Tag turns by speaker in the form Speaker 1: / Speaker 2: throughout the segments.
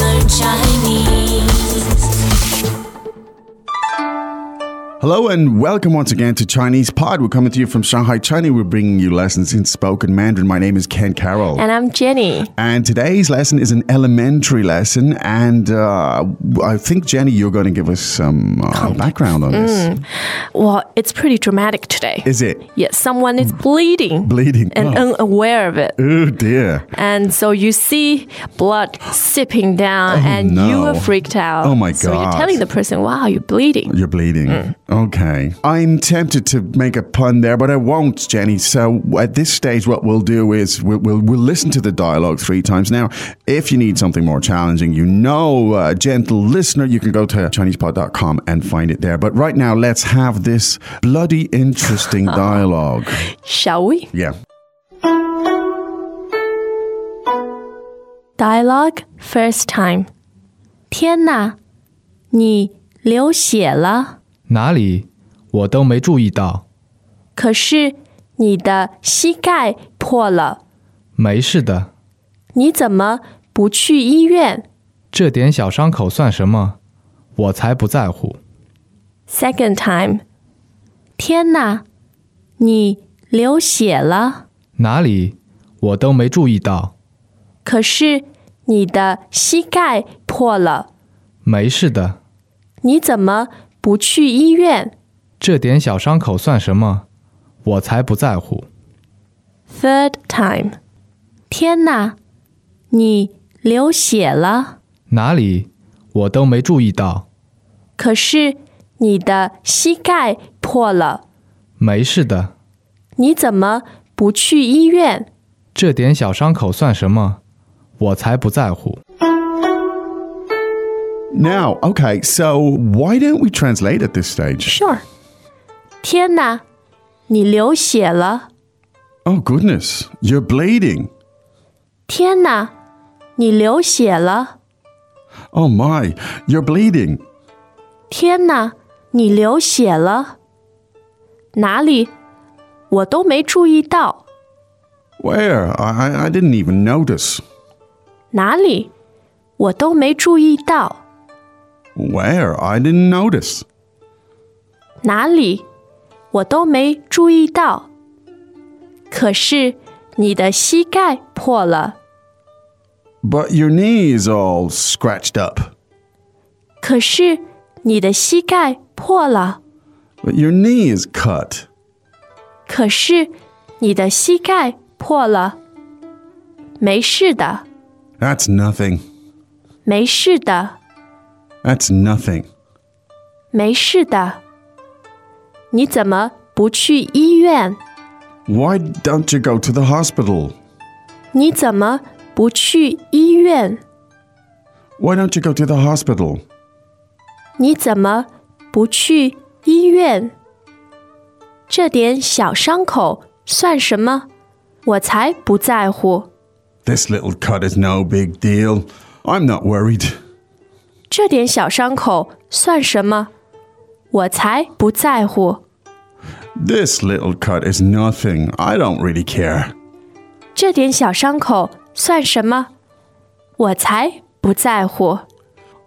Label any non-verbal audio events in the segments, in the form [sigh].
Speaker 1: learn Chinese.
Speaker 2: Hello and welcome once again to Chinese Pod. We're coming to you from Shanghai, China. We're bringing you lessons in spoken Mandarin. My name is Ken Carroll.
Speaker 3: And I'm Jenny.
Speaker 2: And today's lesson is an elementary lesson. And uh, I think, Jenny, you're going to give us some uh, background on this.
Speaker 3: Well, it's pretty dramatic today.
Speaker 2: Is it?
Speaker 3: yes, someone is bleeding.
Speaker 2: Bleeding.
Speaker 3: And
Speaker 2: Oh.
Speaker 3: unaware of it.
Speaker 2: Oh, dear.
Speaker 3: And so you see blood sipping down and you
Speaker 2: Oh, no.
Speaker 3: are freaked out.
Speaker 2: Oh my
Speaker 3: So
Speaker 2: God.
Speaker 3: you're telling the person, wow, you're bleeding.
Speaker 2: You're bleeding. Okay. I'm tempted to make a pun there, but I won't, Jenny. So at this stage, what we'll do is we'll, we'll, we'll listen to the dialogue three times. Now, if you need something more challenging, you know, uh, gentle listener, you can go to ChinesePod.com and find it there. But right now, let's have this bloody interesting dialogue.
Speaker 3: Shall we?
Speaker 2: Yeah.
Speaker 3: Dialogue first time. 天哪，你流血了，
Speaker 4: 哪里？我都没注意到。
Speaker 3: 可是你的膝盖破了，
Speaker 4: 没事的，
Speaker 3: 你怎么不去医院
Speaker 4: 这点小伤口算什么？我才不在乎。
Speaker 3: ？Second time. 天哪，你流血了，
Speaker 4: 哪里？我都没注意到。
Speaker 3: 可是你的膝盖破了，
Speaker 4: 没事的，
Speaker 3: 你怎么不去医院
Speaker 4: 这点小伤口算什么？我才不在乎。
Speaker 3: ？Third time. 天哪，你流血了。
Speaker 4: 哪里？我都没注意到。
Speaker 3: 可是你的膝盖破了，
Speaker 4: 没事的，
Speaker 3: 你怎么不去医院
Speaker 4: 这点小伤口算什么？我才不在乎。
Speaker 2: Now, okay, so why don't we translate at this stage?
Speaker 3: ？Sure。天哪，你流血了！
Speaker 2: Oh, goodness. You're bleeding.
Speaker 3: 天哪，你流血了！
Speaker 2: Oh, my. You're bleeding.
Speaker 3: 天哪，你流血了！哪里？我都没注意到。
Speaker 2: Where? I, I, I didn't even notice.
Speaker 3: 哪里？我都没注意到。
Speaker 2: Where? I didn't notice.
Speaker 3: 哪里？我都没注意到。可是你的膝盖破了。
Speaker 2: But your knee is all scratched up.
Speaker 3: 可是你的膝盖破了，
Speaker 2: But your knee is cut.
Speaker 3: 可是你的膝盖破了。没事的，
Speaker 2: That's nothing.
Speaker 3: 没事的，
Speaker 2: That's nothing.
Speaker 3: 没事的。你怎么不去医院？
Speaker 2: Why don't you go to the hospital?
Speaker 3: 你怎么不去医院？
Speaker 2: Why don't you go to the hospital?
Speaker 3: 你怎么不去医院？这点小伤口算什么？我才不在乎。
Speaker 2: This little cut is no big deal. I'm not worried.
Speaker 3: 这点小伤口算什么？我才不在乎。
Speaker 2: This little cut is nothing. I don't really care.
Speaker 3: 这点小伤口算什么？我才不在乎。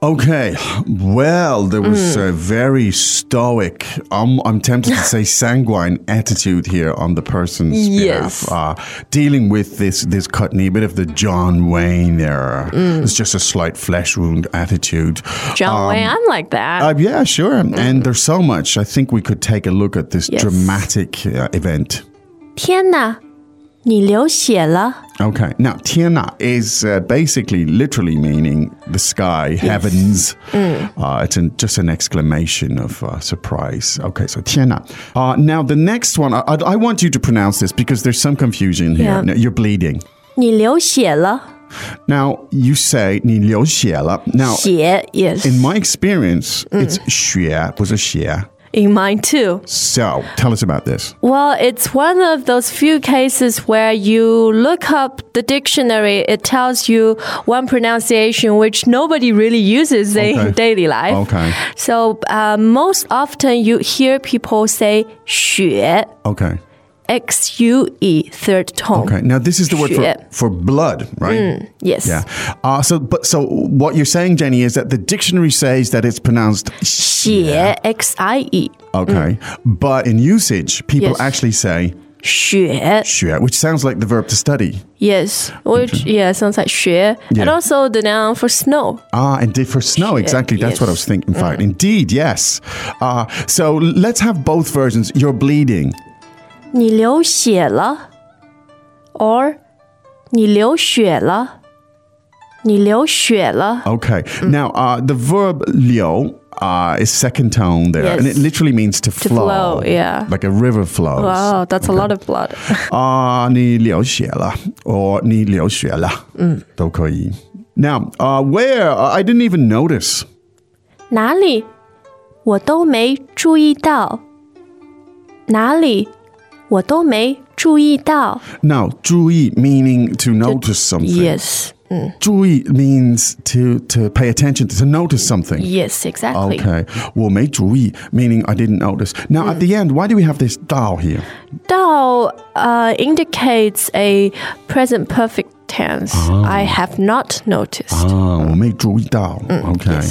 Speaker 2: Okay, well, there
Speaker 3: Hmm.
Speaker 2: was a very stoic, um, I'm tempted to
Speaker 3: [laughs]
Speaker 2: say sanguine attitude here on the person's
Speaker 3: Yes.
Speaker 2: behalf, uh, dealing with this this cut knee, a bit of the John Wayne era.
Speaker 3: Hmm.
Speaker 2: It's just a slight flesh wound attitude.
Speaker 3: John Wayne, I'm like that.
Speaker 2: Uh, yeah, sure. And there's so much. I think we could take a look at this
Speaker 3: Yes.
Speaker 2: dramatic uh, event.
Speaker 3: 天哪，你流血了！
Speaker 2: Okay, now Tiana is uh, basically literally meaning the sky, heavens. Uh, it's an, just an exclamation of uh, surprise. Okay, so Tiana. Uh, now the next one, I, I, I want you to pronounce this because there's some confusion here.
Speaker 3: Yeah.
Speaker 2: Now, you're bleeding.
Speaker 3: 你流血了！
Speaker 2: Now you say 你流血了. Now
Speaker 3: 血 yes，
Speaker 2: in my experience, it's 血不是血.
Speaker 3: in mind too.
Speaker 2: So tell us about this.
Speaker 3: Well, it's one of those few cases where you look up the dictionary, it tells you one pronunciation which nobody really uses
Speaker 2: Okay.
Speaker 3: in daily life.
Speaker 2: Okay.
Speaker 3: So uh, most often you hear people say 血,
Speaker 2: Okay.
Speaker 3: X U E third tone.
Speaker 2: Okay. Now this is the word for,
Speaker 3: Shit.
Speaker 2: for blood, right?
Speaker 3: Yes.
Speaker 2: Yeah. Uh, so, but so what you're saying, Jenny, is that the dictionary says that it's pronounced
Speaker 3: 血, X I E.
Speaker 2: okay, but in usage, people
Speaker 3: Yes.
Speaker 2: actually say
Speaker 3: 血.
Speaker 2: sure, which sounds like the verb to study.
Speaker 3: Yes. Which yeah, sounds like 学. And
Speaker 2: Yeah.
Speaker 3: also the noun for snow.
Speaker 2: Ah, and did for snow, exactly. That's what I
Speaker 3: yes. Mm.
Speaker 2: was thinking. In fact, indeed, yes. Uh, so let's have both versions. You're bleeding.
Speaker 3: 你流血了, or 你流血了,你流血了.
Speaker 2: Okay.
Speaker 3: Mm.
Speaker 2: Now, uh, the verb liu uh, is second tone there, and it
Speaker 3: Yes.
Speaker 2: literally means to, flow.
Speaker 3: flow, yeah.
Speaker 2: Like a river flows.
Speaker 3: Wow, that's a lot of blood. [laughs]
Speaker 2: 啊，你流血了 or 你流血了都可以。Now, uh, where uh, I didn't even notice.
Speaker 3: 哪里我都没注意到，哪里我都没注意到。
Speaker 2: Now, 注意 meaning to notice something.
Speaker 3: Yes,
Speaker 2: 注意 means to to pay attention to, to notice something.
Speaker 3: yes, exactly.
Speaker 2: Okay. 我没注意 meaning I didn't notice. Now, at the end, why do we have this 到 here?
Speaker 3: Dao uh, indicates a present perfect tense.
Speaker 2: Oh.
Speaker 3: I have not noticed.
Speaker 2: Ah, 我没注意到. okay.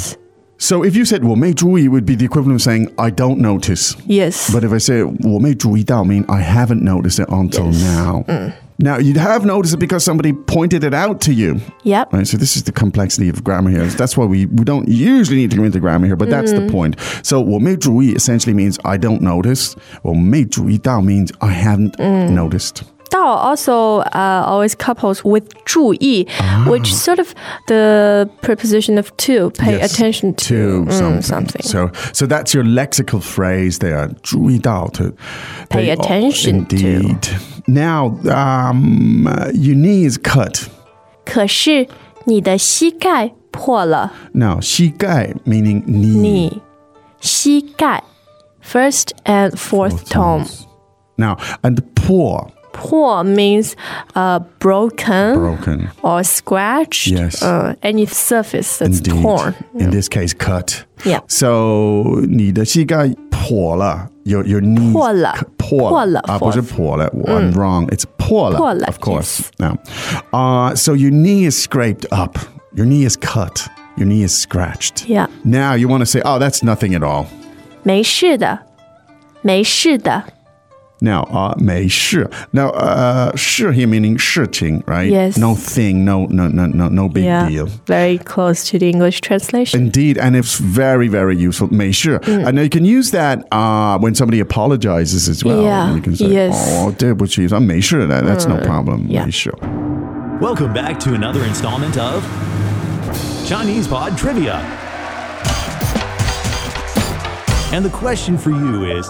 Speaker 2: So if you said 我没注意 would be the equivalent of saying I don't notice.
Speaker 3: Yes.
Speaker 2: But if I say 我没注意到, mean I haven't noticed it until now.
Speaker 3: Mm.
Speaker 2: Now you have noticed it because somebody pointed it out to you,
Speaker 3: yep.
Speaker 2: right? So this is the complexity of grammar here. That's why we, we don't usually need to go into grammar here, but that's
Speaker 3: Mm.
Speaker 2: the point. So 我没注意 essentially means I don't notice. 我没注意到 means I haven't
Speaker 3: Mm.
Speaker 2: noticed.
Speaker 3: Dao also uh, always couples with 注意, which sort of the preposition of to, pay
Speaker 2: Ah. Yes,
Speaker 3: attention
Speaker 2: To
Speaker 3: to, mm,
Speaker 2: something.
Speaker 3: something.
Speaker 2: So so that's your lexical phrase there. 注意到 to
Speaker 3: Pay
Speaker 2: they-
Speaker 3: attention to.
Speaker 2: Indeed. Now um, uh, your knee is cut.
Speaker 3: 可是你的膝盖破了。
Speaker 2: Now, 膝盖 meaning knee.
Speaker 3: 你膝盖 first and fourth tone.
Speaker 2: Now, and poor,
Speaker 3: 破 means uh, broken,
Speaker 2: broken.
Speaker 3: or scratched.
Speaker 2: Yes.
Speaker 3: Uh, any surface that's
Speaker 2: Indeed.
Speaker 3: torn.
Speaker 2: In this case, cut.
Speaker 3: Yeah.
Speaker 2: So, 你的膝盖破了. Your, your knee.
Speaker 3: 破了。
Speaker 2: 破了.
Speaker 3: 破了,
Speaker 2: Ah,
Speaker 3: fourth.
Speaker 2: 不是破了.
Speaker 3: Mm.
Speaker 2: I'm wrong. It's 破了.
Speaker 3: 破了,
Speaker 2: Of course. Now, uh, so your knee is scraped up. Your knee is cut. Your knee is scratched.
Speaker 3: Yeah.
Speaker 2: Now you want to say, oh, that's nothing at all.
Speaker 3: 没事的，没事的。
Speaker 2: Now, uh, 没事. Now, uh, 事 here meaning 事情, right?
Speaker 3: Yes.
Speaker 2: No thing, no, no, no, no, no big
Speaker 3: yeah.
Speaker 2: deal.
Speaker 3: Very close to the English translation.
Speaker 2: Indeed, and it's very, very useful. 没事.
Speaker 3: Mm.
Speaker 2: And now you can use that uh, when somebody apologizes as well.
Speaker 3: Yeah,
Speaker 2: You can say,
Speaker 3: yes. Mm.
Speaker 2: oh, 对不起, I'm 没事. That, that's no problem.
Speaker 3: yeah.
Speaker 2: 没事.
Speaker 5: Welcome back to another installment of Chinese Pod Trivia. And the question for you is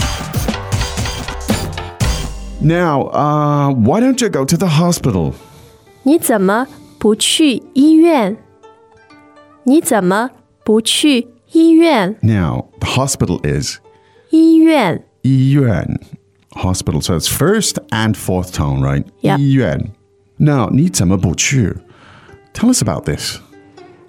Speaker 2: Now, uh, why don't you go to the hospital?
Speaker 3: 你怎么不去医院？你怎么不去医院？
Speaker 2: Now, the hospital is
Speaker 3: 医院
Speaker 2: 医院 hospital. So it's first and fourth tone, right?
Speaker 3: Yeah.
Speaker 2: 医院. Now, 你怎么不去? Tell us about this.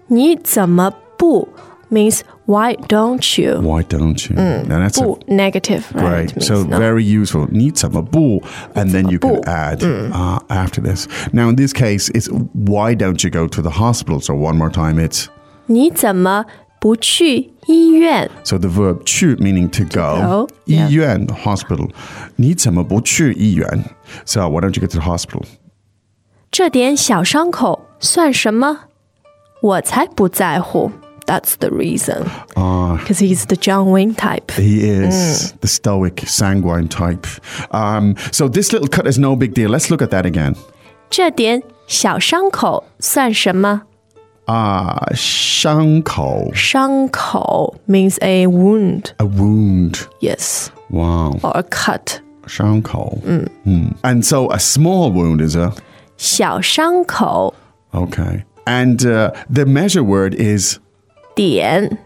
Speaker 3: 你怎么不 means why don't you?
Speaker 2: Why don't you?
Speaker 3: Mm.
Speaker 2: Now that's a-
Speaker 3: 不 negative, right?
Speaker 2: Right,
Speaker 3: It means
Speaker 2: so
Speaker 3: no.
Speaker 2: very useful. 你怎么不? And then you can
Speaker 3: 你怎么不?
Speaker 2: add
Speaker 3: Mm.
Speaker 2: uh, after this. Now, in this case, it's why don't you go to the hospital? So, one more time, it's
Speaker 3: 你怎么不去医院？
Speaker 2: so the verb 去 meaning to go,
Speaker 3: go, yeah.
Speaker 2: 医院 hospital. 你怎么不去医院? So, why don't you go to the hospital?
Speaker 3: 这点小伤口算什么？我才不在乎。 That's the reason.
Speaker 2: Ah.
Speaker 3: Because he's the John Wayne type.
Speaker 2: He
Speaker 3: Mm.
Speaker 2: is the stoic, sanguine type. Um, so this little cut is no big deal. Let's look at that again.
Speaker 3: 这点小伤口算什么？
Speaker 2: Ah, 伤口,
Speaker 3: 伤口 means a wound,
Speaker 2: a wound.
Speaker 3: yes,
Speaker 2: Wow,
Speaker 3: or a cut.
Speaker 2: 伤口.
Speaker 3: Mm.
Speaker 2: Hmm. And so a small wound is a
Speaker 3: 小伤口
Speaker 2: okay. And uh, the measure word is
Speaker 3: 点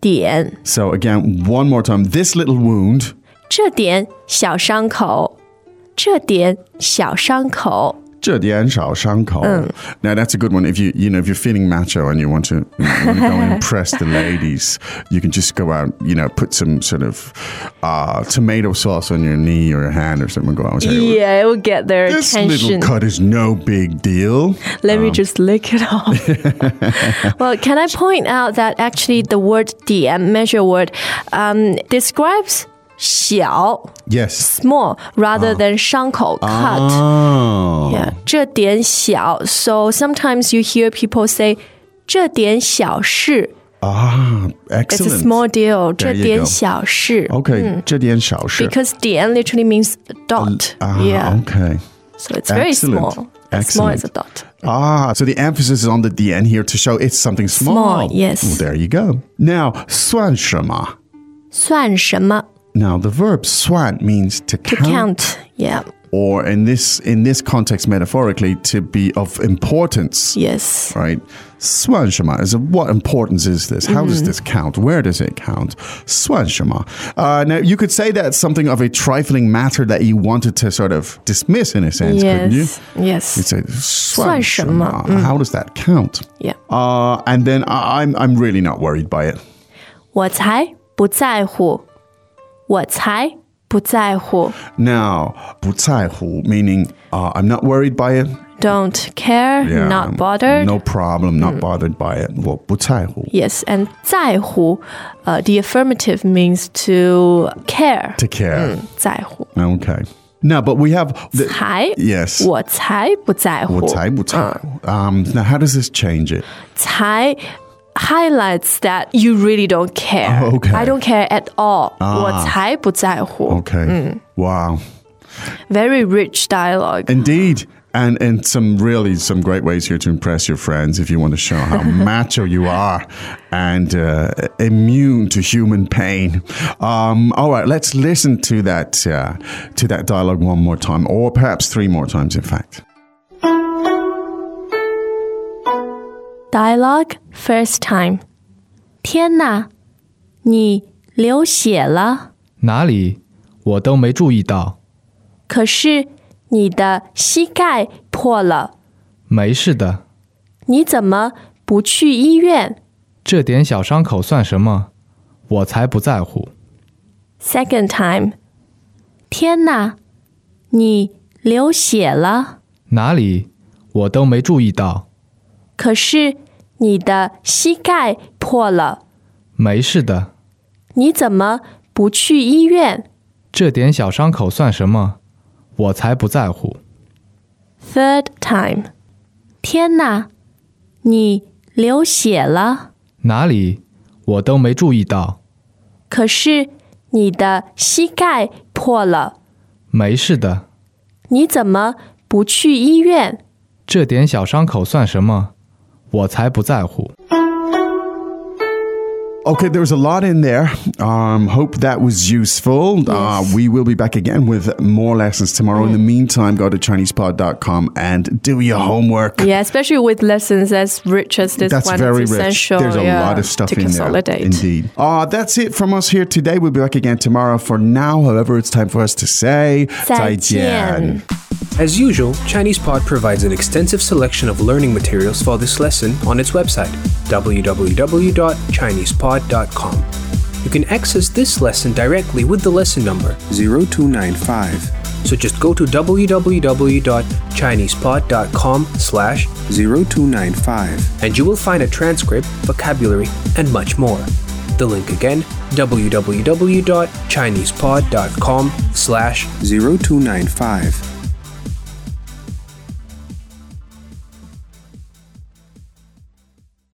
Speaker 3: 点，
Speaker 2: so again one more time. This little wound,
Speaker 3: 这点小伤口，这点小伤口
Speaker 2: 这点小伤口.
Speaker 3: Mm.
Speaker 2: Now that's a good one. If you you know if you're feeling macho and you want to, you want to go
Speaker 3: [laughs]
Speaker 2: and impress the ladies, you can just go out. You know, put some sort of uh, tomato sauce on your knee or your hand or something. and Go out and say,
Speaker 3: Yeah, it will get their
Speaker 2: This little
Speaker 3: attention.
Speaker 2: cut is no big deal.
Speaker 3: Let me just lick
Speaker 2: [laughs]
Speaker 3: it off. well, can I point out that actually the word DM, measure word, um, describes 小
Speaker 2: Yes.
Speaker 3: small rather
Speaker 2: Ah.
Speaker 3: than 伤口 cut.
Speaker 2: Oh.
Speaker 3: Yeah, 这点小. So sometimes you hear people say 这点小事.
Speaker 2: Ah,
Speaker 3: It's
Speaker 2: excellent.
Speaker 3: a small deal.
Speaker 2: There you go. Oh,
Speaker 3: 这点小事.
Speaker 2: Okay, 这点小事.
Speaker 3: Because 点 literally means a dot.
Speaker 2: Ah,
Speaker 3: yeah.
Speaker 2: Okay.
Speaker 3: So it's very
Speaker 2: Excellent.
Speaker 3: small. As small as a
Speaker 2: Excellent.
Speaker 3: dot.
Speaker 2: Ah, so the emphasis is on the DN here to show it's something small.
Speaker 3: Small, yes.
Speaker 2: Well, there you go. Now, 算什么?
Speaker 3: 算什么?
Speaker 2: Now, the verb 算 means to
Speaker 3: To
Speaker 2: count,
Speaker 3: count. Yeah.
Speaker 2: or in this in this context metaphorically to be of importance,
Speaker 3: Yes.
Speaker 2: right? 算什么 is a, what importance is this? How
Speaker 3: Mm。
Speaker 2: does this count? Where does it count? 算什么? Uh, now, you could say that's something of a trifling matter that you wanted to sort of dismiss in a sense, couldn't you?
Speaker 3: yes. Yes.
Speaker 2: You say 算什么?
Speaker 3: 算什么？
Speaker 2: How does that count?
Speaker 3: yeah.
Speaker 2: Uh, and then I, I'm I'm really not worried by it.
Speaker 3: 我才不在乎。我才不在乎。
Speaker 2: Now, 不在乎 meaning uh, I'm not worried by it.
Speaker 3: Don't care,
Speaker 2: Yeah,
Speaker 3: not bothered.
Speaker 2: No problem. Not bothered by it. 我不在乎
Speaker 3: Yes, and 在乎, uh, the affirmative means to care.
Speaker 2: to care.
Speaker 3: 在乎.
Speaker 2: Okay. Now, but we have the,
Speaker 3: 才,
Speaker 2: yes.
Speaker 3: 我才不在乎。
Speaker 2: 我才不在乎. Um, now, how does this change it?
Speaker 3: 才 highlights that you really don't care.
Speaker 2: Oh, okay.
Speaker 3: I don't care at all.
Speaker 2: Ah.
Speaker 3: 我才不在乎.
Speaker 2: Okay. Wow.
Speaker 3: Very rich dialogue.
Speaker 2: Indeed. And in some really some great ways here to impress your friends if you want to show how macho you are and uh, immune to human pain. Um, all right, let's listen to that uh, to that dialogue one more time, or perhaps three more times, in fact.
Speaker 3: Dialogue first time. 天哪，你流血了，
Speaker 4: 哪里我都没注意到，
Speaker 3: 可是你的膝盖破了，
Speaker 4: 没事的，
Speaker 3: 你怎么不去医院
Speaker 4: 这点小伤口算什么？我才不在乎。
Speaker 3: ？Second time. 天哪，你流血了，
Speaker 4: 哪里我都没注意到，
Speaker 3: 可是你的膝盖破了，
Speaker 4: 没事的，
Speaker 3: 你怎么不去医院
Speaker 4: 这点小伤口算什么？我才不在乎。
Speaker 3: ？Third time. 天哪，你流血了。
Speaker 4: 哪里我都没注意到，
Speaker 3: 可是你的膝盖破了，
Speaker 4: 没事的，
Speaker 3: 你怎么不去医院？
Speaker 4: 这点小伤口算什么？我才不在乎。
Speaker 2: Okay, there was a lot in there. Um, hope that was useful. Uh, we will be back again with more lessons tomorrow. In the meantime, go to ChinesePod.com and do your homework.
Speaker 3: Yeah, especially with lessons as rich as this
Speaker 2: That's
Speaker 3: one,
Speaker 2: very
Speaker 3: it's
Speaker 2: rich.
Speaker 3: essential.
Speaker 2: There's a
Speaker 3: yeah,
Speaker 2: lot of stuff
Speaker 3: to
Speaker 2: in
Speaker 3: consolidate.
Speaker 2: there. Indeed. Uh, that's it from us here today. We'll be back again tomorrow. For now, however, it's time for us to say
Speaker 3: 再见。
Speaker 6: As usual, ChinesePod provides an extensive selection of learning materials for this lesson on its website, www.chinesepod.com. You can access this lesson directly with the lesson number,
Speaker 7: 0295
Speaker 6: so just go to www.chinesepod.com slash
Speaker 7: 0295
Speaker 6: and you will find a transcript, vocabulary, and much more. The link again, www.chinesepod.com slash
Speaker 7: 0295